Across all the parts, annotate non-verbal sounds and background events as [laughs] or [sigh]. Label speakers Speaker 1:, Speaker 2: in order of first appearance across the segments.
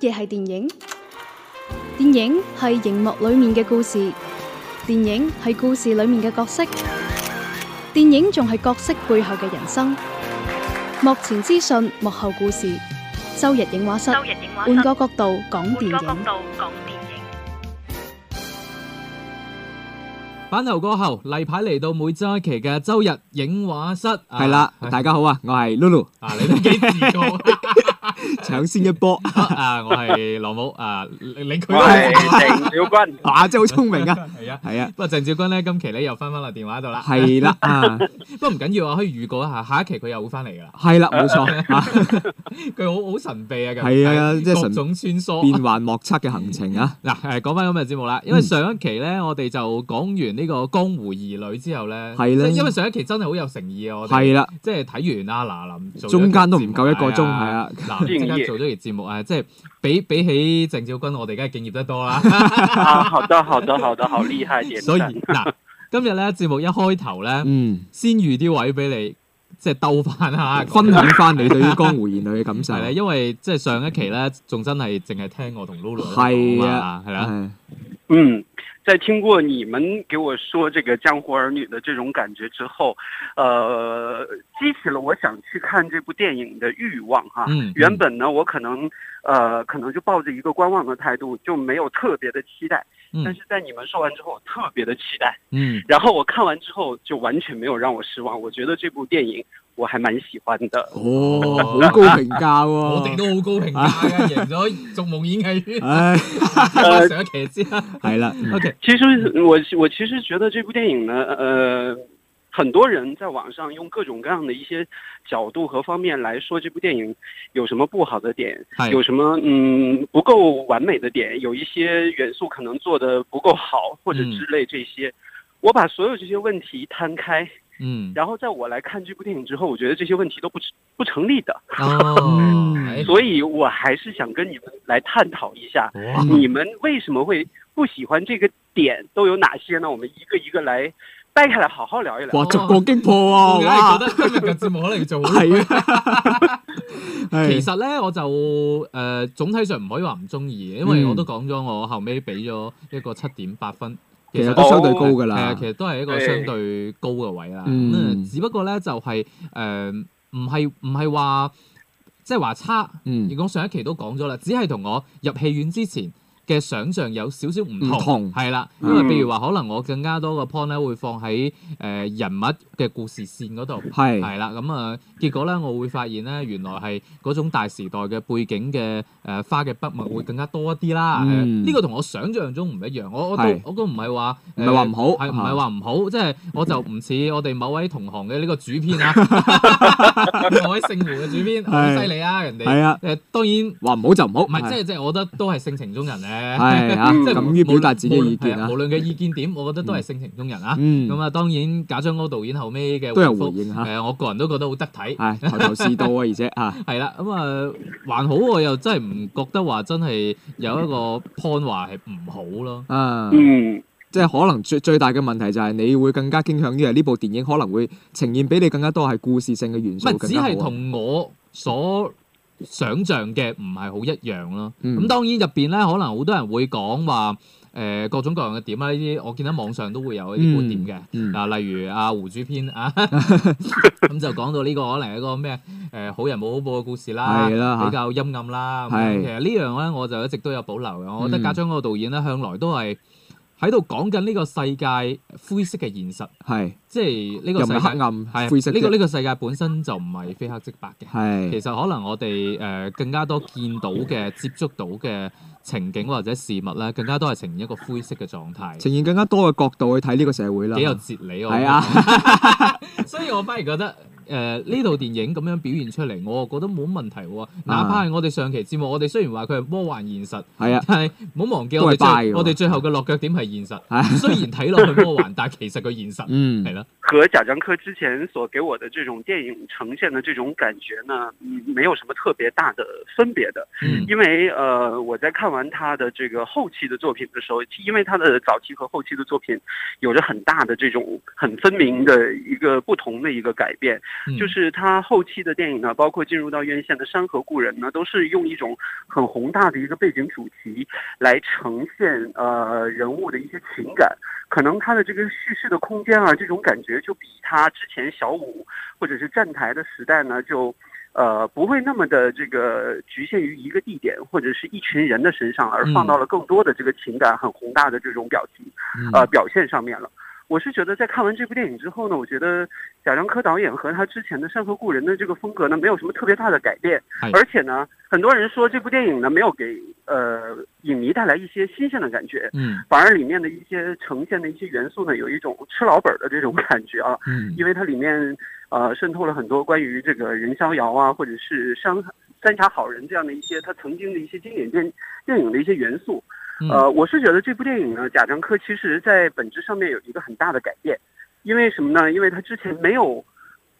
Speaker 1: 嘢係電影？電影係熒幕裡面嘅故事，電影係故事裡面嘅角色，電影仲係角色背後嘅人生。幕前資訊，幕後故事。周日映畫室，
Speaker 2: 周日映畫室
Speaker 1: 換個角度講電
Speaker 2: 換個角
Speaker 1: 影。
Speaker 2: 度講電影。
Speaker 3: 版頭過後，例牌嚟到每週一期嘅周日影畫室，
Speaker 4: 係啦，大家好啊，我係
Speaker 3: [laughs]
Speaker 4: Lulu，
Speaker 3: 啊，你都幾自告
Speaker 4: 搶先一波，，
Speaker 3: [laughs] 啊！我係羅姆啊，你你佢都
Speaker 5: 我係鄭小君
Speaker 4: 哇，真係好聰明啊，
Speaker 3: 係啊。
Speaker 4: 係啊，
Speaker 3: 不過鄭少君咧，今期咧又翻翻落電話度啦。
Speaker 4: 係啦啊，
Speaker 3: 不過唔緊要啊，可以預告一下，下一期佢又會翻嚟噶啦。
Speaker 4: 係啦，冇錯啊，
Speaker 3: 佢好好神秘啊，近
Speaker 4: 係啊
Speaker 3: 排
Speaker 4: 即係神
Speaker 3: 各種穿梭。
Speaker 4: 變幻莫測嘅行程啊，
Speaker 3: 嗱，誒講翻今日節目啦，因為
Speaker 4: 嗯
Speaker 3: 上一期咧，我哋就講完呢個江湖兒女之後咧，
Speaker 4: 係啦
Speaker 3: 即係因為上一期真係好有誠意啊， [laughs] 我哋
Speaker 4: 係啦，
Speaker 3: 即係睇完啊，嗱臨做咗
Speaker 4: 中間都
Speaker 3: 期節
Speaker 4: 唔
Speaker 3: 目
Speaker 4: 夠一個鐘，係
Speaker 3: 係啊，
Speaker 4: 啊，
Speaker 3: 嗱即刻做咗期節目啊，即係比比起鄭少君，我哋梗係敬業得多
Speaker 4: [laughs]
Speaker 3: 啦。
Speaker 5: 啊，好的，好的，好的，好厲害，點
Speaker 3: 所以
Speaker 5: 讚，
Speaker 3: 嗱，今日咧節目一開頭咧，
Speaker 4: 嗯，
Speaker 3: 先預啲位俾你，即係兜翻
Speaker 4: [laughs]
Speaker 3: 下
Speaker 4: 分享翻你對於江湖兒女嘅感受，
Speaker 3: 啊 [laughs] 係咧，因為即係上一期咧，仲真係淨係聽我同 Lulu
Speaker 4: 係
Speaker 3: 啊
Speaker 4: 啊，
Speaker 3: 係啦，
Speaker 4: 係
Speaker 5: 嗯，在聽過你們給我說這個江湖兒女的這種感覺之後，呃，激起了我想去看這部電影的慾望
Speaker 4: 啊
Speaker 5: 哈、
Speaker 3: 嗯，
Speaker 5: 原本呢，我可能，呃，可能就抱着一個觀望的態度，就沒有特別的期待。
Speaker 3: 嗯
Speaker 5: 但是在你們說完之後，我特別的期待。
Speaker 3: 嗯
Speaker 5: 然後我看完之後，就完全沒有讓我失望。我覺得這部電影我還蠻喜歡的。
Speaker 4: 哦，好高評價
Speaker 3: [laughs]
Speaker 4: 喎，
Speaker 3: 我哋都好高評價
Speaker 4: 啊
Speaker 3: 嘅，贏咗 [laughs] 逐夢演藝圈。
Speaker 4: 唉，
Speaker 3: 翻 [laughs] 上一期先啦
Speaker 4: 係啦，嗯
Speaker 3: ，OK，
Speaker 5: 其实我我其实觉得这部电影呢，呃，很多人在网上用各种各样的一些角度和方面来说这部电影有什么不好的点，
Speaker 3: 係
Speaker 5: 有什么嗯不够完美的点，有一些元素可能做的不够好或者之类这些。我把所有这些问题摊开，
Speaker 4: [laughs]
Speaker 3: 嗯，
Speaker 5: 然后在我来看这部电影之后，我觉得这些问题都不成不成立的，
Speaker 3: 哦，哎
Speaker 5: 所以我还是想跟你们来探讨一下，
Speaker 3: 哇
Speaker 5: 你们为什么会不喜欢这个点都有哪些呢？我们一个一个来掰开来好好聊一聊。
Speaker 4: 哇，逐個擊破
Speaker 3: 哦我
Speaker 4: 喎，
Speaker 3: 梗係覺
Speaker 4: 哇，[laughs]
Speaker 3: 得今日嘅節目可能要做好啲
Speaker 4: 係啊，
Speaker 3: 其
Speaker 4: 係
Speaker 3: 實咧，我就誒、呃、總體上唔可以話唔中意，因為
Speaker 4: 嗯
Speaker 3: 我都講咗，我後尾俾咗一個七點八分。
Speaker 4: 其實都相對高㗎
Speaker 3: 係啊，
Speaker 4: 啦
Speaker 3: 其，實都係一個相對高嘅位啦。咁
Speaker 4: 嗯
Speaker 3: 啊只不過咧就係誒唔係唔係話即係話差。
Speaker 4: 嗯
Speaker 3: 如，果上一期都講咗啦，只係同我入戲院之前嘅想像有少少唔
Speaker 4: 唔
Speaker 3: 同，
Speaker 4: 同
Speaker 3: 係啦。因
Speaker 4: 嗯
Speaker 3: 為譬如話，可能我更加多個 point 咧會放喺誒、呃人物嘅故事線嗰度。
Speaker 4: 係，
Speaker 3: 係啦，咁啊，結果咧，我會發現咧，原來係嗰種大時代嘅背景嘅誒、呃花嘅筆墨會更加多一啲啦。誒呃呢、
Speaker 4: 嗯
Speaker 3: 個同我想象中唔一樣，我我都
Speaker 4: 係
Speaker 3: 我都唔係話
Speaker 4: 唔係話唔好啊
Speaker 3: 係唔係話唔好，即係我就唔似我哋某位同行嘅呢個主編
Speaker 4: [laughs]
Speaker 3: 啊，某位姓胡嘅主編好
Speaker 4: 係
Speaker 3: 犀利啊！人哋
Speaker 4: 係
Speaker 3: 誒、
Speaker 4: 啊，
Speaker 3: 當然。
Speaker 4: 話唔好就唔好，
Speaker 3: 唔係，即係即係，我覺得都係性情中人咧。
Speaker 4: 係啊，
Speaker 5: 嗯
Speaker 3: 即係
Speaker 4: 敢於
Speaker 3: 無論
Speaker 4: 表達自己嘅意見啊
Speaker 3: 無，論係無論嘅意見點，我覺得都係性情中人啊。
Speaker 4: 嗯，
Speaker 3: 咁啊，當然賈樟柯導演後尾嘅
Speaker 4: 都有
Speaker 3: 回
Speaker 4: 回
Speaker 3: 覆
Speaker 4: 應嚇，
Speaker 3: 啊誒，我個人都覺得好得體，
Speaker 4: [laughs] 係頭頭是道啊，而且嚇，
Speaker 3: 係啦，咁啊還好，我又真係唔覺得話真係有一個 point 話係唔好咯。
Speaker 4: 啊，
Speaker 5: 嗯，
Speaker 4: 即係可能最最大嘅問題就係你會更加傾向於係呢部電影可能會呈現俾你更加多係故事性嘅元
Speaker 3: 唔
Speaker 4: 素，
Speaker 3: 係
Speaker 4: 更
Speaker 3: 只
Speaker 4: 加好啊
Speaker 3: 係同我所想像嘅唔係好一樣咯。
Speaker 4: 嗯
Speaker 3: 咁當然入邊咧，可能好多人會講話誒各種各樣嘅點啦，呢啲我見喺網上都會有呢啲觀點嘅。
Speaker 4: 嗯
Speaker 3: 嗱，例如阿胡主編
Speaker 4: [laughs]
Speaker 3: 啊，咁就講到呢個可能係一個咩誒好人冇好報嘅故事啦，
Speaker 4: 係啦嚇
Speaker 3: 比較陰暗啦。咁
Speaker 4: 啊係
Speaker 3: 樣其實呢樣咧，我就一直都有保留嘅。我覺得
Speaker 4: 嗯
Speaker 3: 家張嗰個導演咧，向來都係喺度講緊呢個世界灰色嘅現實，
Speaker 4: 係
Speaker 3: 即係呢
Speaker 4: 又
Speaker 3: 個
Speaker 4: 唔
Speaker 3: 世
Speaker 4: 係
Speaker 3: 界
Speaker 4: 黑暗
Speaker 3: 係啊
Speaker 4: 灰色
Speaker 3: 呢個
Speaker 4: 嘅
Speaker 3: 呢個世界本身就唔係非黑即白嘅。其
Speaker 4: 係
Speaker 3: 實可能我哋誒、呃更加多見到嘅、接觸到嘅情景或者事物咧，更加多係呈現一個灰色嘅狀態。
Speaker 4: 呈現更加多嘅角度去睇呢個社會啦，
Speaker 3: 幾有哲理我覺得
Speaker 4: 係啊， [laughs]
Speaker 3: 所以我反而覺得誒呢套電影咁樣表現出嚟，我覺得冇問題
Speaker 4: 啊
Speaker 3: 喎。哪怕係我哋上期節目，我哋雖然話佢係魔幻現實， [laughs]
Speaker 4: 係啊，
Speaker 3: 但係唔好忘記
Speaker 4: 都係
Speaker 3: 我哋
Speaker 4: buy
Speaker 3: 最
Speaker 4: 㗎喎啊
Speaker 3: 我哋最後嘅落腳點係現實。
Speaker 4: 係 [laughs]
Speaker 3: 雖然睇落去魔幻，但係其實佢現實
Speaker 4: 嗯
Speaker 3: 係，啦。
Speaker 5: 和贾樟柯之前所给我的这种电影呈现的这种感觉呢，嗯没有什么特别大的分别的。
Speaker 3: 嗯
Speaker 5: 因为呃，我在看完他的这个后期的作品的时候，因为他的早期和后期的作品有着很大的这种很分明的一个不同的一个改变，
Speaker 3: 嗯
Speaker 5: 就是他后期的电影呢，包括进入到院线的《山河故人》呢，都是用一种很宏大的一个背景主题来呈现呃人物的一些情感，可能他的这个叙事的空间啊，这种感觉就比他之前小五或者是站台的时代呢，就呃不会那么的这个局限于一个地点或者是一群人的身上，而放到了更多的这个情感很宏大的这种表情
Speaker 3: 嗯
Speaker 5: 呃表现上面了。我是觉得在看完这部电影之后呢，我觉得贾樟柯导演和他之前的《山河故人》的这个风格呢，没有什么特别大的改变
Speaker 3: 哎，
Speaker 5: 而且呢，很多人说这部电影呢没有给呃影迷带来一些新鲜的感觉，
Speaker 3: 嗯
Speaker 5: 反而里面的一些呈现的一些元素呢，有一种吃老本儿的这种感觉啊，
Speaker 3: 嗯
Speaker 5: 因为它里面呃渗透了很多关于这个任逍遥啊，或者是山三峡好人这样的一些他曾经的一些经典电电影的一些元素。
Speaker 3: 嗯
Speaker 5: 呃，我是觉得这部电影呢，贾樟柯其实在本质上面有一个很大的改变，因为什么呢？因为他之前没有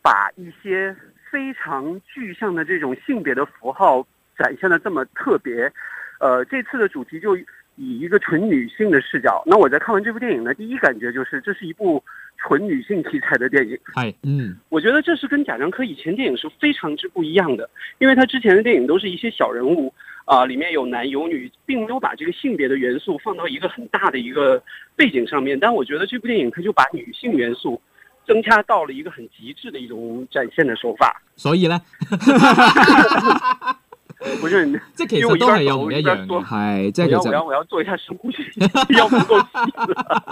Speaker 5: 把一些非常具象的这种性别的符号展现的这么特别。呃，这次的主题就以一个纯女性的视角。那我在看完这部电影呢，第一感觉就是这是一部纯女性题材的电影。
Speaker 3: 系
Speaker 4: 嗯
Speaker 5: 我觉得这是跟贾樟柯以前电影是非常之不一样的，因为他之前的电影都是一些小人物啊、里面有男有女，并没有把这个性别的元素放到一个很大的一个背景上面。但我觉得这部电影它就把女性元素增加到了一个很极致的一种展现的手法。
Speaker 3: 所以咧，
Speaker 5: 不是，因
Speaker 3: 即係其實
Speaker 5: 为我一
Speaker 3: 都
Speaker 5: 边
Speaker 3: 係有
Speaker 5: 走
Speaker 3: 唔一
Speaker 5: 一边
Speaker 3: 樣
Speaker 5: 说
Speaker 3: 嘅。
Speaker 4: 係，即
Speaker 5: 我
Speaker 4: 係其
Speaker 5: 要我要
Speaker 4: 實
Speaker 5: 我要做一下深呼吸， [laughs] 要不够气了。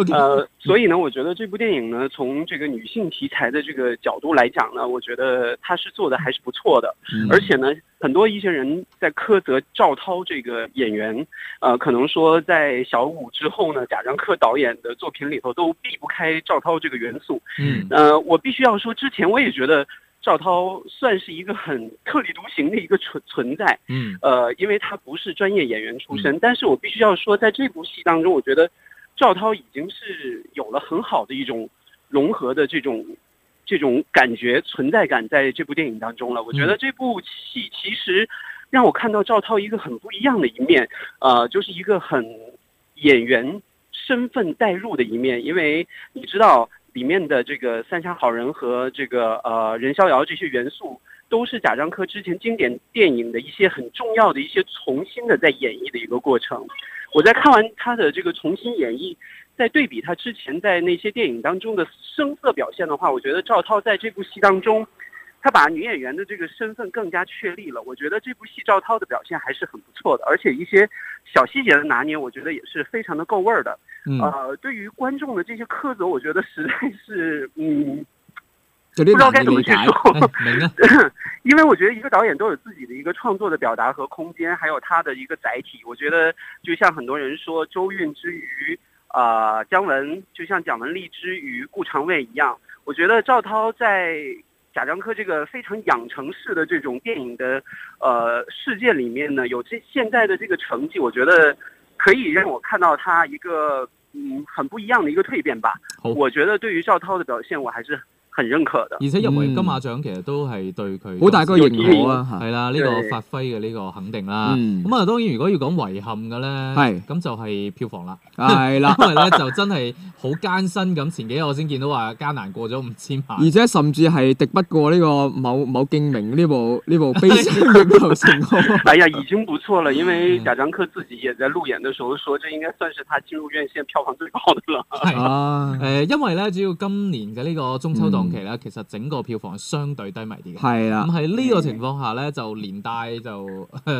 Speaker 3: O K，
Speaker 5: 呃，所以呢，我觉得这部电影呢，从这个女性题材的这个角度来讲呢，我觉得它是做的还是不错的。
Speaker 4: 嗯
Speaker 5: 而且呢，很多一些人在苛责赵涛这个演员，呃，可能说在小五之后呢，贾樟柯导演的作品里头都避不开赵涛这个元素。
Speaker 3: 嗯
Speaker 5: 呃，我必须要说，之前我也觉得赵涛算是一个很特立独行的一个存存在，
Speaker 3: 嗯
Speaker 5: 呃，因为他不是专业演员出身，但是我必须要说，在这部戏当中，我觉得赵涛已经是有了很好的一种融合的这种这种感觉存在感，在这部电影当中了。我觉得这部戏其实让我看到赵涛一个很不一样的一面，呃，就是一个很演员身份代入的一面，因为你知道里面的这个三峡好人和这个呃任逍遥这些元素，都是贾樟柯之前经典电影的一些很重要的一些重新的在演绎的一个过程。我在看完他的这个重新演绎，在对比他之前在那些电影当中的声色表现的话，我觉得赵涛在这部戏当中，他把女演员的这个身份更加确立了。我觉得这部戏赵涛的表现还是很不错的，而且一些小细节的拿捏，我觉得也是非常的够味儿的。
Speaker 4: 嗯
Speaker 5: 呃，对于观众的这些苛责，我觉得实在是嗯，
Speaker 4: 有
Speaker 5: 不知道
Speaker 4: 啲
Speaker 5: 该
Speaker 4: 難以
Speaker 5: 怎么
Speaker 4: 理
Speaker 5: 去
Speaker 4: 解。
Speaker 5: 说。
Speaker 3: 係明啊，
Speaker 5: [laughs] 因为我觉得一个导演都有自己的一个创作的表达和空间，还有他的一个载体。我觉得就像很多人说周韵之于啊、呃姜文，就像蒋雯丽之于顾长卫一样，我觉得赵涛在贾樟柯这个非常养成式的这种电影的呃世界里面呢，有这现在的这个成绩，我觉得可以让我看到他一个嗯很不一样的一个蜕变吧。
Speaker 3: 好
Speaker 5: 我觉得对于赵涛的表现，我还是很认可的。
Speaker 3: 而且入圍金馬獎其實都係對佢
Speaker 4: 嗯好大個認可啊嚇
Speaker 3: 係啦，呢個
Speaker 5: 對
Speaker 3: 發揮嘅呢個肯定啦。
Speaker 4: 嗯
Speaker 3: 咁啊，當然如果要講遺憾嘅咧
Speaker 4: 係，
Speaker 3: 咁就係票房啦。 [laughs]
Speaker 4: 係啦。
Speaker 3: 因為咧就真係好艱辛咁，前幾日我先見到話艱難過咗五千萬。
Speaker 4: 而且甚至係敵不過呢個某某敬明呢部
Speaker 3: [laughs]
Speaker 4: 呢部悲傷嘅舊城歌。
Speaker 5: [laughs] 哎呀，已经不错了，因为贾樟柯自己也在路演的时候说，这应该算是他进入院线票房最高的了。
Speaker 3: 係
Speaker 4: 啊
Speaker 3: 誒、，因為咧，主要今年嘅呢個中秋檔期咧，其實整個票房係相對低迷啲嘅。
Speaker 4: 係
Speaker 3: 咁
Speaker 4: 啦，
Speaker 3: 喺呢個情況下咧，就連帶就 [laughs]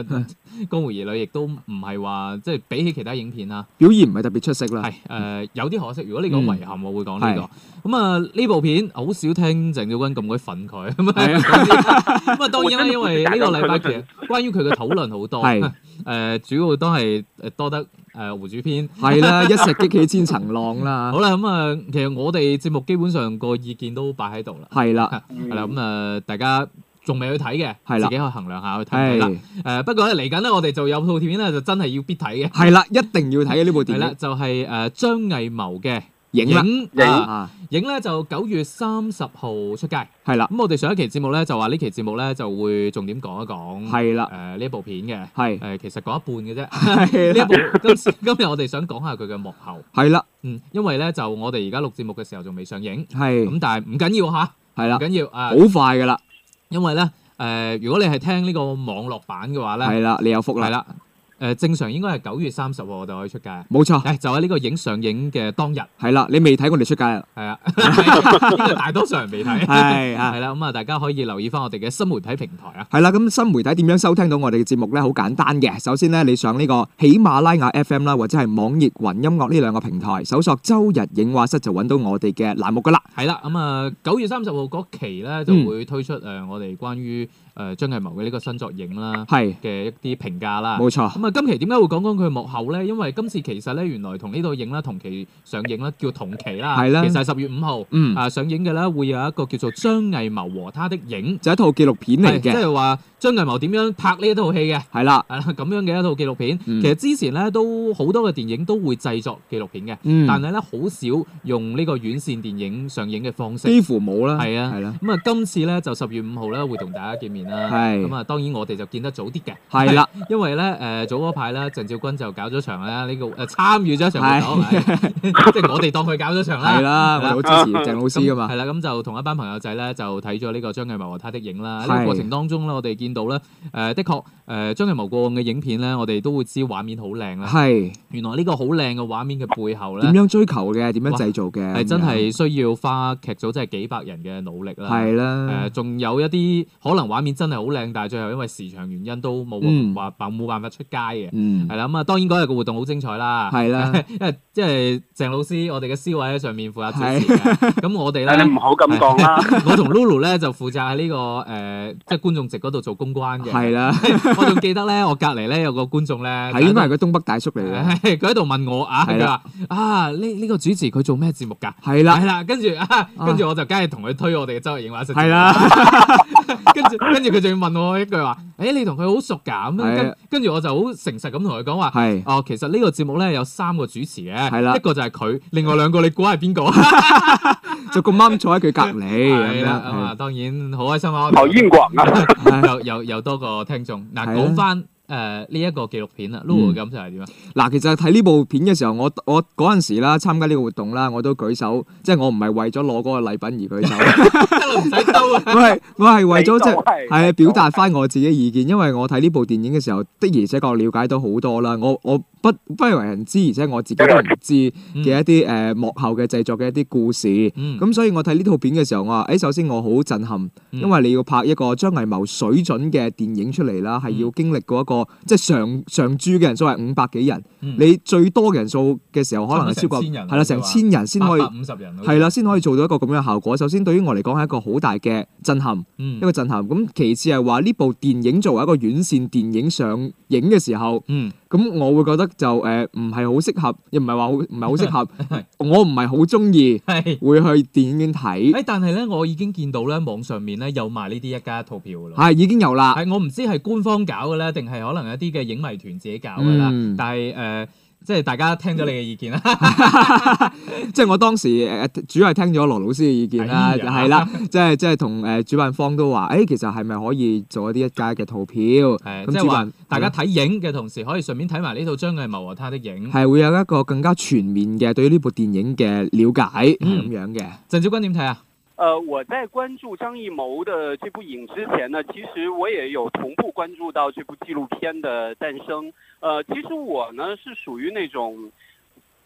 Speaker 3: 江湖兒女亦都唔係話即係比起其他影片啊，
Speaker 4: 表現唔係特別出色啦。
Speaker 3: 係誒有啲可惜。如果你講遺憾，我會講呢、
Speaker 4: 嗯係
Speaker 3: 個。咁啊，呢部片好少聽鄭少君咁鬼憤佢咁 [laughs]
Speaker 4: 係
Speaker 3: 啊。咁啊，當然啦，因為呢個禮拜
Speaker 5: 我
Speaker 3: 其
Speaker 5: 真係
Speaker 3: 實關於佢嘅討論好多。
Speaker 4: 係
Speaker 3: 誒、主要都係誒多得誒胡主編。
Speaker 4: 係 [laughs] 啦，一石激起千層浪啦
Speaker 3: 好。啦，咁啊，其實我哋節目基本上個意見都擺喺度啦。
Speaker 4: 係啦，
Speaker 5: 嗯
Speaker 3: 係啦，咁啊，大家仲未去睇嘅，
Speaker 4: 係
Speaker 3: 自
Speaker 4: 啦
Speaker 3: 己去衡量下去睇唔睇啦。
Speaker 4: 係
Speaker 3: 誒，不過咧嚟緊咧，我哋就有套片咧，就真係要必睇嘅。
Speaker 4: 係啦，一定要睇嘅呢部電
Speaker 3: 係啦，
Speaker 4: 影。
Speaker 3: 就係誒張藝謀嘅《
Speaker 4: 影啦，
Speaker 3: 影
Speaker 5: 影
Speaker 3: 啊
Speaker 4: 啊，
Speaker 3: 影咧就九月三十號出街。
Speaker 4: 係啦，
Speaker 3: 咁我哋上一期節目咧就話呢期節目咧就會重點講一講
Speaker 4: 係 [laughs] 啦，
Speaker 3: 誒呢一部片嘅。
Speaker 4: 係
Speaker 3: 誒、其實講一半嘅啫。
Speaker 4: 係
Speaker 3: 呢一
Speaker 4: 啦，
Speaker 3: 部今次今日我哋想講下佢嘅幕後。
Speaker 4: 係啦，
Speaker 3: 嗯，因為咧就我哋而家錄節目嘅時候仲未上映，
Speaker 4: 係
Speaker 3: 咁但係唔緊要吓，
Speaker 4: 係
Speaker 3: 唔
Speaker 4: 啦，
Speaker 3: 緊要啊，
Speaker 4: 好快噶啦，
Speaker 3: 因為咧誒、如果你係聽呢個網絡版嘅話咧，
Speaker 4: 係啦，你有福
Speaker 3: 係
Speaker 4: 啦，
Speaker 3: 啦，誒、正常應該係九月三十號我哋可以出街，誒、
Speaker 4: 冇錯，
Speaker 3: 就喺呢個影上映嘅當日，
Speaker 4: [laughs] 係啦，你未睇我哋出街 [laughs] 啊，
Speaker 3: 係啊，呢個大多數人未睇，
Speaker 4: 係啊
Speaker 3: 係。啦，咁啊大家可以留意翻我哋嘅新媒體平台啊。
Speaker 4: 係啦，咁新媒體點樣收聽到我哋嘅節目呢？好簡單嘅，首先呢，你上呢個喜馬拉雅 FM 啦，或者係網易雲音樂呢兩個平台，搜索周日影畫室就揾到我哋嘅欄目噶啦。
Speaker 3: 係啦，咁啊九月三十號嗰期咧
Speaker 4: 嗯
Speaker 3: 就會推出誒、呃我哋關於誒、呃張藝謀嘅呢個新作影啦
Speaker 4: 係，
Speaker 3: 嘅一啲評價啦。
Speaker 4: 冇錯，
Speaker 3: 咁啊，今期點解會講講佢幕後咧？因為今次其實咧，原來同呢度影啦，同期上映啦，叫同期啦，
Speaker 4: 係啦
Speaker 3: 其實係十月五號
Speaker 4: 嗯，
Speaker 3: 啊上映嘅咧，會有一個叫做張藝謀和他的影，
Speaker 4: 就一套紀錄片嚟
Speaker 3: 係即
Speaker 4: 嘅，
Speaker 3: 係話張藝謀點樣拍呢一套戲嘅，
Speaker 4: 係啦，
Speaker 3: 係啦咁樣嘅一套紀錄片。
Speaker 4: 嗯
Speaker 3: 其實之前咧都好多嘅電影都會製作紀錄片嘅，
Speaker 4: 嗯，
Speaker 3: 但係咧好少用呢個院線電影上映嘅方式。
Speaker 4: 幾乎冇啦，
Speaker 3: 係啊
Speaker 4: 係啦，
Speaker 3: 咁啊，今次咧就十月五號咧會同大家見面啦。
Speaker 4: 係
Speaker 3: 咁啊，啊當然我哋就見得早啲嘅。
Speaker 4: 係啦，
Speaker 3: 因為咧誒、早嗰排咧鄭少君就搞咗場啦，呢、個誒、參與咗一場活動，係
Speaker 4: [laughs]
Speaker 3: 即係我哋當佢搞咗場
Speaker 4: 係
Speaker 3: 啦。啊
Speaker 4: 啦，我哋好支持鄭老師噶嘛
Speaker 3: 係，啦，咁就同一班朋友仔咧就睇咗呢個張藝謀和他的影啦。呢
Speaker 4: 係
Speaker 3: 個過程當中咧，我哋見到咧誒、的確誒、張藝謀過往嘅影片咧，我哋都會知畫面好靚啦。
Speaker 4: 係
Speaker 3: 原來呢個好靚嘅畫面嘅背後
Speaker 4: 點
Speaker 3: 咧，
Speaker 4: 樣追求嘅，點樣製造嘅，
Speaker 3: 係真係需要花劇組真係幾百人嘅努力啦。
Speaker 4: 嗯係
Speaker 3: 誒，
Speaker 4: 啦，
Speaker 3: 仲、有一啲可能畫面真係好靚，但係最後因為時長原因都冇
Speaker 4: 嗯
Speaker 3: 話辦冇辦法出街嘅。
Speaker 4: 嗯
Speaker 3: 係，啦，咁啊，當然嗰日嘅活動好精彩啦，
Speaker 4: 係啦，
Speaker 3: [laughs] 因為即係鄭老師，我哋嘅 C 位喺上面負責主持嘅， [laughs] 咁我哋
Speaker 5: 但你
Speaker 3: 咧，
Speaker 5: 唔好咁講啦。
Speaker 3: 我同 Lulu 咧就負責喺呢個誒，即係觀眾席嗰度做公關 [laughs] 嘅。
Speaker 4: 係啦，
Speaker 3: 我仲記得咧，我隔離咧有個觀眾咧，
Speaker 4: 係應該係個東北大叔嚟
Speaker 3: [laughs]
Speaker 4: 嘅，
Speaker 3: 係佢喺度問我啊，
Speaker 4: 係
Speaker 3: 佢
Speaker 4: 啦
Speaker 3: 話啊呢呢個主持佢做咩節目㗎？
Speaker 4: 係啦，
Speaker 3: 係啦，跟住啊，跟住我就梗係同佢推我哋嘅周日影畫室。
Speaker 4: 嗯係啦。
Speaker 3: 跟住跟住佢仲要問我一句話：，誒、你同佢好熟㗎？咁樣
Speaker 4: 係
Speaker 3: 跟跟住我就好誠實咁同佢講話。
Speaker 4: 係。
Speaker 3: 哦，其實呢個節目咧有三個主持嘅，
Speaker 4: 係啦
Speaker 3: 一個就係佢，另外兩個你估係
Speaker 4: [laughs]
Speaker 3: 邊個？
Speaker 4: 就咁啱坐喺佢隔
Speaker 3: [laughs]
Speaker 4: 離咁
Speaker 3: 係啦，咁啊
Speaker 4: 樣，
Speaker 3: 當然好開心啊！
Speaker 5: 好硬廣啊！
Speaker 3: [laughs]
Speaker 4: 係
Speaker 3: 又又又多個聽眾。嗱，
Speaker 4: 係啦啊嗯
Speaker 3: 講翻誒呢一個紀錄片啦，Lulu 嘅感受係點啊？
Speaker 4: 嗱，其實睇呢部片嘅時候，我我嗰陣時啦，參加呢個活動啦，我都舉手，即係我唔係為咗攞嗰個禮品而舉手， [laughs]
Speaker 3: 一路唔使兜啊！
Speaker 4: 我係我係為咗即係。
Speaker 5: 係
Speaker 4: 係啊，表達翻我自己意見，因為我睇呢部電影嘅時候，的而且確了解到好多啦。我我不不為人知，而且我自己都唔知嘅一啲誒、呃幕後嘅製作嘅一啲故事。咁、
Speaker 3: 嗯，
Speaker 4: 所以我睇呢套片嘅時候，我話：，誒、首先我好震撼，
Speaker 3: 嗯
Speaker 4: 因為你要拍一個張藝謀水準嘅電影出嚟啦，係要經歷過一個即係上上珠嘅人數係五百幾人，
Speaker 3: 嗯
Speaker 4: 你最多嘅人數嘅時候可能係超過
Speaker 3: 差唔多成千人
Speaker 4: 係啦，成千人先可以
Speaker 3: 八百五十人好似
Speaker 4: 係啦，啊先可以做到一個咁樣嘅效果。首先對於我嚟講係一個好大嘅震撼，
Speaker 3: 嗯
Speaker 4: 一個震撼。咁其次係話呢部電影作為一個院線電影上映嘅時候，
Speaker 3: 嗯
Speaker 4: 咁我會覺得就誒唔係好適合，亦唔係話好唔係
Speaker 3: [laughs]
Speaker 4: 好適合，我唔係好中意
Speaker 3: 係。
Speaker 4: 會去電影院睇，
Speaker 3: 誒，但係咧，我已經見到咧網上面咧有賣呢啲一家一套票㗎啦。
Speaker 4: 係已經有啦，
Speaker 3: 係我唔知係官方搞嘅咧，定係可能一啲嘅影迷團自己搞嘅啦。
Speaker 4: 嗯
Speaker 3: 但係誒、呃即係大家聽咗你嘅意見啦。
Speaker 4: 即係我當時誒主要係聽咗羅老師嘅意見啦，
Speaker 3: 哎呀
Speaker 4: 係啦，即係即係同誒主辦方都話，誒其實係咪可以做一啲一家嘅套票？
Speaker 3: 係
Speaker 4: 嗯咁
Speaker 3: 即
Speaker 4: 主
Speaker 3: 係
Speaker 4: 辦
Speaker 3: 話大家睇影嘅同時，可以順便睇埋呢套張藝謀和他的影。
Speaker 4: 係會有一個更加全面嘅對於呢部電影嘅了解係
Speaker 3: 嗯
Speaker 4: 咁樣嘅，
Speaker 3: 鄭少君點睇啊？
Speaker 5: 呃，我在关注张艺谋的这部影之前呢，其实我也有同步关注到这部纪录片的诞生。呃，其实我呢是属于那种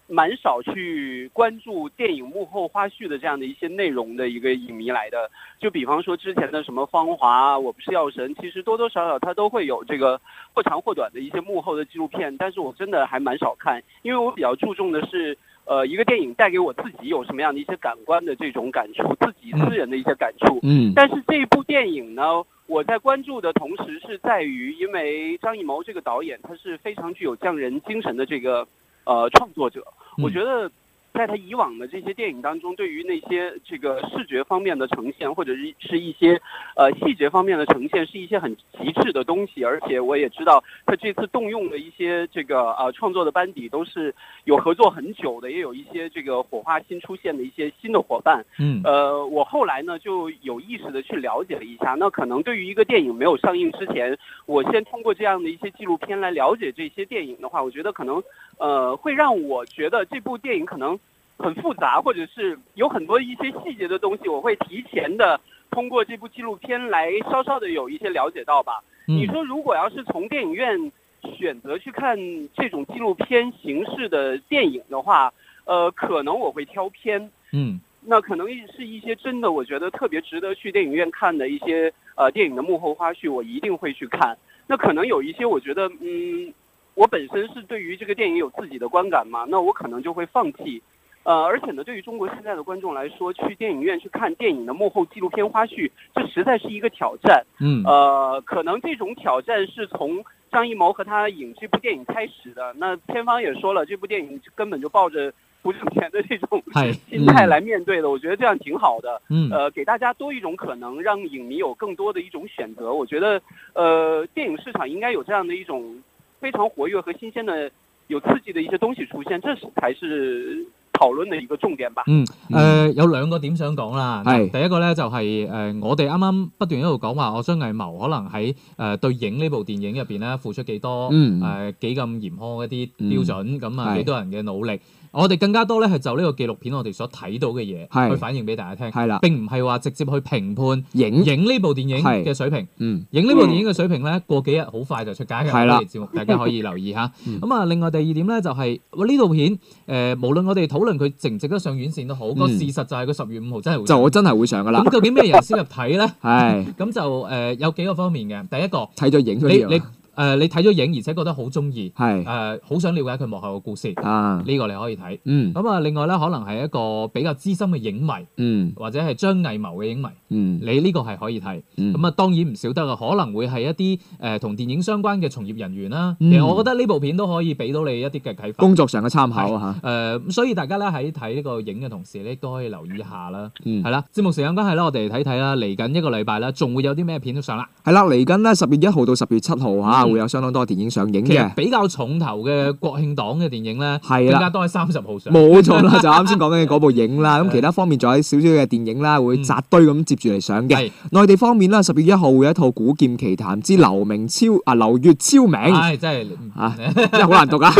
Speaker 5: 蛮少去关注电影幕后花絮的这样的一些内容的一个影迷来的。就比方说之前的什么《芳华》《我不是药神》，其实多多少少它都会有这个或长或短的一些幕后的纪录片，但是我真的还蛮少看，因为我比较注重的是。呃，一个电影带给我自己有什么样的一些感官的这种感触，自己私人的一些感触。
Speaker 4: 嗯
Speaker 5: 但是这部电影呢，我在关注的同时是在于，因为张艺谋这个导演他是非常具有匠人精神的这个呃创作者，
Speaker 3: 嗯
Speaker 5: 我觉得。在他以往的这些电影当中，对于那些这个视觉方面的呈现，或者是是一些呃细节方面的呈现，是一些很极致的东西。而且我也知道，他这次动用的一些这个呃创作的班底都是有合作很久的，也有一些这个火花新出现的一些新的伙伴。
Speaker 3: 嗯
Speaker 5: 呃，我后来呢就有意识的去了解了一下，那可能对于一个电影没有上映之前，我先通过这样的一些纪录片来了解这些电影的话，我觉得可能呃会让我觉得这部电影可能很复杂，或者是有很多一些细节的东西，我会提前的通过这部纪录片来稍稍的有一些了解到吧。
Speaker 3: 嗯
Speaker 5: 你说如果要是从电影院选择去看这种纪录片形式的电影的话，呃，可能我会挑偏。
Speaker 3: 嗯
Speaker 5: 那可能是一些真的，我觉得特别值得去电影院看的一些呃电影的幕后花絮，我一定会去看。那可能有一些，我觉得嗯，我本身是对于这个电影有自己的观感嘛，那我可能就会放弃。呃，而且呢，对于中国现在的观众来说，去电影院去看电影的幕后纪录片花絮，这实在是一个挑战。
Speaker 3: 嗯
Speaker 4: 啊
Speaker 5: 呃，可能这种挑战是从张艺谋和他影这部电影开始的。那片方也说了，这部电影根本就抱着不挣钱的这种
Speaker 3: 係
Speaker 5: 心态来面对的。我觉得这样挺好的，
Speaker 3: 嗯
Speaker 5: 呃，给大家多一种可能，让影迷有更多的一种选择。我觉得，呃，电影市场应该有这样的一种非常活跃和新鲜的、有刺激的一些东西出现，这是才是讨论的一个重点吧。
Speaker 3: 嗯，誒有兩個點想講啦。
Speaker 4: 係
Speaker 3: 第一個咧就係誒我哋啱啱不斷喺度講話，我張藝謀可能喺誒對影呢部電影入邊咧付出幾多
Speaker 4: 嗯
Speaker 3: 誒呃幾咁嚴苛一
Speaker 4: 嗯
Speaker 3: 啲標準，咁啊
Speaker 4: 係
Speaker 3: 幾多人嘅努力。我哋更加多咧係就呢個紀錄片我哋所睇到嘅嘢
Speaker 4: 係
Speaker 3: 去反映俾大家聽，
Speaker 4: 係啦，
Speaker 3: 並唔係話直接去評判
Speaker 4: 影
Speaker 3: 影呢部電影
Speaker 4: 係
Speaker 3: 嘅水平。
Speaker 4: 嗯
Speaker 3: 影呢部電影嘅水平咧，過幾日好快就出街嘅。
Speaker 4: 係啦
Speaker 3: 我哋節目大家可以留意下。
Speaker 4: [laughs] 嗯
Speaker 3: 咁啊，另外第二點咧就係，哇呢套片誒、呃，無論我哋討論佢值唔值得上院線都好，個、
Speaker 4: 嗯
Speaker 3: 事實就係佢十月五號真係會
Speaker 4: 就
Speaker 3: 上。
Speaker 4: 我真係會上噶啦，
Speaker 3: 咁究竟咩人先入睇咧？
Speaker 4: 係
Speaker 3: 咁就誒、呃有幾個方面嘅。第一個，
Speaker 4: 睇咗 [laughs] 影佢
Speaker 3: 你
Speaker 4: 呢
Speaker 3: 你
Speaker 4: 樣
Speaker 3: 誒、呃你睇咗影，而且覺得好中意，誒、
Speaker 4: 係
Speaker 3: 呃好想了解佢幕後嘅故事，呢、
Speaker 4: 啊，
Speaker 3: 個你可以睇。
Speaker 4: 嗯
Speaker 3: 咁啊，另外咧，可能係一個比較資深嘅影迷，
Speaker 4: 嗯
Speaker 3: 或者係張藝謀嘅影迷，
Speaker 4: 嗯
Speaker 3: 你呢個係可以睇。
Speaker 4: 嗯
Speaker 3: 咁啊，當然唔少得啊，可能會係一啲誒同電影相關嘅從業人員啦。
Speaker 4: 嗯
Speaker 3: 其實我覺得呢部片都可以俾到你一啲嘅啟發。
Speaker 4: 工作上嘅參考啊
Speaker 3: 誒、咁所以大家咧喺睇呢個影嘅同時咧，都可以留意下啦。
Speaker 4: 嚇，嗯
Speaker 3: 係。啦，節目時間關係啦，我哋睇睇啦，嚟緊一個禮拜啦，仲會有啲咩片都上啦。
Speaker 4: 係啦，嚟緊咧十月一號到十月七號嚇，
Speaker 3: 嗯
Speaker 4: 會有相當多電影上映
Speaker 3: 其
Speaker 4: 嘅
Speaker 3: 實，比較重頭嘅國慶檔嘅電影咧，
Speaker 4: 係
Speaker 3: 更
Speaker 4: 啦
Speaker 3: 加。多喺三十號上。
Speaker 4: 冇錯啦，就啱先講緊嘅嗰部影
Speaker 3: [laughs]
Speaker 4: 啦。
Speaker 3: 係
Speaker 4: 咁其他方面仲有少少嘅電影啦，會
Speaker 3: 嗯
Speaker 4: 扎堆咁接住嚟上嘅
Speaker 3: 係。
Speaker 4: 內地方面啦，十月一號會有一套《古劍奇譚之劉明超》啊，劉月超名
Speaker 3: 唉、真係
Speaker 4: 啊，真係好難
Speaker 3: [laughs]
Speaker 4: 讀啊。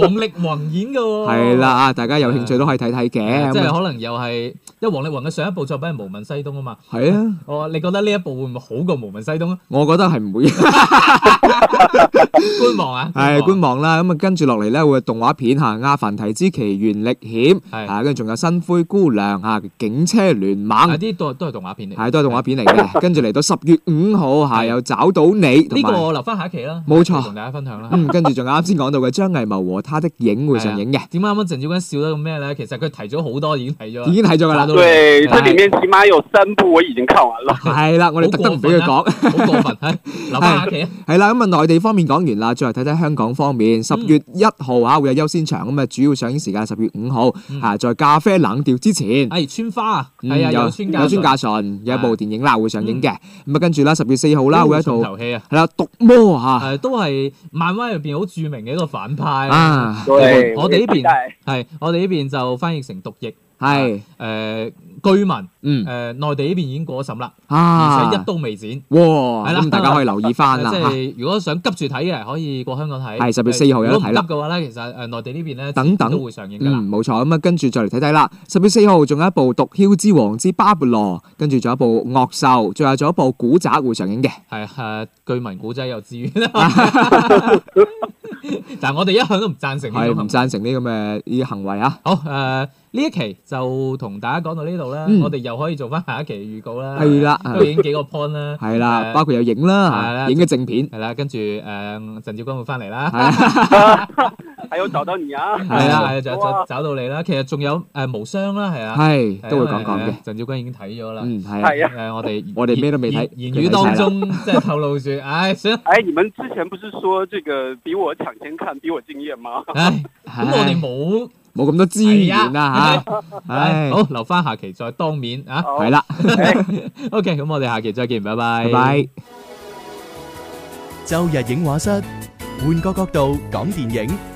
Speaker 3: 王力宏演嘅喎。
Speaker 4: 係啦，啊，大家有興趣都可以睇睇嘅。
Speaker 3: 即
Speaker 4: 咁
Speaker 3: 係
Speaker 4: 啊
Speaker 3: 可能又係，因為王力宏嘅上一部作品係《無問西東》啊嘛。
Speaker 4: 係啊，
Speaker 3: 我話你覺得呢一部會唔會好過《無問西東》
Speaker 4: [laughs]
Speaker 3: 啊？
Speaker 4: 我覺得係
Speaker 3: [laughs]
Speaker 4: 唔會
Speaker 3: 觀望啊，
Speaker 4: 係觀望啦。咁啊，跟住落嚟咧會有動畫片嚇《阿凡提之奇緣歷險》
Speaker 3: 係
Speaker 4: 啊，跟住仲有《新灰姑娘》嚇《警車聯盟》。
Speaker 3: 啊啲都都係動畫片嚟。啊
Speaker 4: 係都係動畫片嚟嘅。跟住嚟到十月五號嚇，
Speaker 3: 係
Speaker 4: 有找到你同
Speaker 3: 呢
Speaker 4: 埋啊
Speaker 3: 個留翻下一期啦，
Speaker 4: [laughs] 冇錯
Speaker 3: 同大家分享啦。
Speaker 4: [laughs] 嗯，跟住仲有啱先講到嘅張藝謀和他的影會上映嘅，
Speaker 3: 點解啱啱鄭少君笑得咁咩咧？其實佢提咗好多已經睇咗啦，
Speaker 4: 已 [laughs] 經睇咗㗎
Speaker 3: 打
Speaker 4: 啦
Speaker 3: 啊到。
Speaker 5: 对，
Speaker 3: 哎
Speaker 5: 这里面起码有三部我已经看完了。
Speaker 4: 係啦，我
Speaker 3: 啊
Speaker 4: 哋特登唔俾佢講。
Speaker 3: 好過
Speaker 4: [laughs]
Speaker 3: 分，係留翻下一期啊。
Speaker 4: 係啦，咁啊內地方面講完啦，再嚟睇睇香港方
Speaker 3: 嗯
Speaker 4: 面。十月一號嚇會有優先場，咁啊主要上映時間十月五號
Speaker 3: 嗯
Speaker 4: 嚇，在咖啡冷調之前。
Speaker 3: 係穿花啊，
Speaker 4: 嗯
Speaker 3: 係啊，有穿
Speaker 4: 有村
Speaker 3: 架
Speaker 4: 架純有一部電影啦會上映嘅，
Speaker 3: 嗯
Speaker 4: 咁啊跟住啦十月四號啦會有一啊套
Speaker 3: 重頭戲啊，
Speaker 4: 係啦毒魔嚇
Speaker 3: 誒都係漫威入邊好著名嘅一個反派。
Speaker 4: 啊
Speaker 5: 对，
Speaker 3: 我哋呢
Speaker 5: 也期
Speaker 3: 邊
Speaker 5: 待
Speaker 3: 係我哋呢邊就翻譯成毒液。
Speaker 4: 係
Speaker 3: 誒居民誒
Speaker 4: 嗯
Speaker 3: 內呃地呢邊已經過咗審啦，而
Speaker 4: 啊
Speaker 3: 且一刀未剪。
Speaker 4: 哇
Speaker 3: 係啦
Speaker 4: 咁大家可以留意翻
Speaker 3: [laughs]
Speaker 4: 啦
Speaker 3: 即
Speaker 4: 嚇。
Speaker 3: 係如果想急住睇嘅，可以過香港睇。呃
Speaker 4: 係10月4號有得
Speaker 3: 如
Speaker 4: 睇啦
Speaker 3: 果唔急嘅話咧，其實誒內地呢邊咧
Speaker 4: 等等
Speaker 3: 都會上映㗎啦。
Speaker 4: 嗯，冇錯咁啊，跟住再嚟睇睇啦。十月四號仲有一部《毒枭之王之巴勃羅》，跟住仲有一部《惡獸》，最後仲有一部《古宅》會上映嘅。
Speaker 3: 係誒，據聞古仔又自
Speaker 4: [laughs]
Speaker 3: 願啦，但係我哋一向都唔贊成呢種
Speaker 4: 係唔
Speaker 3: 行為。
Speaker 4: 贊成呢咁嘅呢啲行為啊？
Speaker 3: 好誒，呃呢、一期就同大家講到呢度啦，
Speaker 4: 嗯
Speaker 3: 我哋又可以做翻下一期預告啦。
Speaker 4: 係啦啊
Speaker 3: 都已經幾個 point 啦。
Speaker 4: 係
Speaker 3: 誒
Speaker 4: 啦，包括有影
Speaker 3: 係
Speaker 4: 啦，
Speaker 3: 啦
Speaker 4: 影嘅正片
Speaker 3: 係啦，跟住呃誒、鄭少君會翻嚟啦。
Speaker 4: 係啊，
Speaker 5: 还有找到你啊！
Speaker 3: 係啦，
Speaker 4: 係
Speaker 3: 係就就找到你啦。其實仲有誒、呃無雙啦，係啊，
Speaker 4: 係都會講講
Speaker 3: 係啊
Speaker 4: 嘅。
Speaker 3: 鄭少君已經睇咗啦。
Speaker 4: 嗯，係啊，
Speaker 5: 系啊，
Speaker 3: 誒，我哋
Speaker 4: [laughs] 我哋咩都未睇
Speaker 3: 言
Speaker 4: 佢
Speaker 3: 言
Speaker 4: 睇
Speaker 3: 語當中 [laughs] 即係透露住，唉，算啦，
Speaker 5: 哎，你们
Speaker 4: [laughs]
Speaker 5: 之前不是说这个比我抢先看，比我敬业吗？
Speaker 3: 唉，咁我哋冇
Speaker 4: 冇咁多資源啦吓，唉
Speaker 3: [laughs] 唉，好，留翻下期再當面啊。
Speaker 5: 好
Speaker 4: 係啦，
Speaker 3: OK，咁我哋下期再見，拜
Speaker 4: 拜
Speaker 3: 拜。
Speaker 4: 拜。
Speaker 2: 周日影画室，換個角度講電影。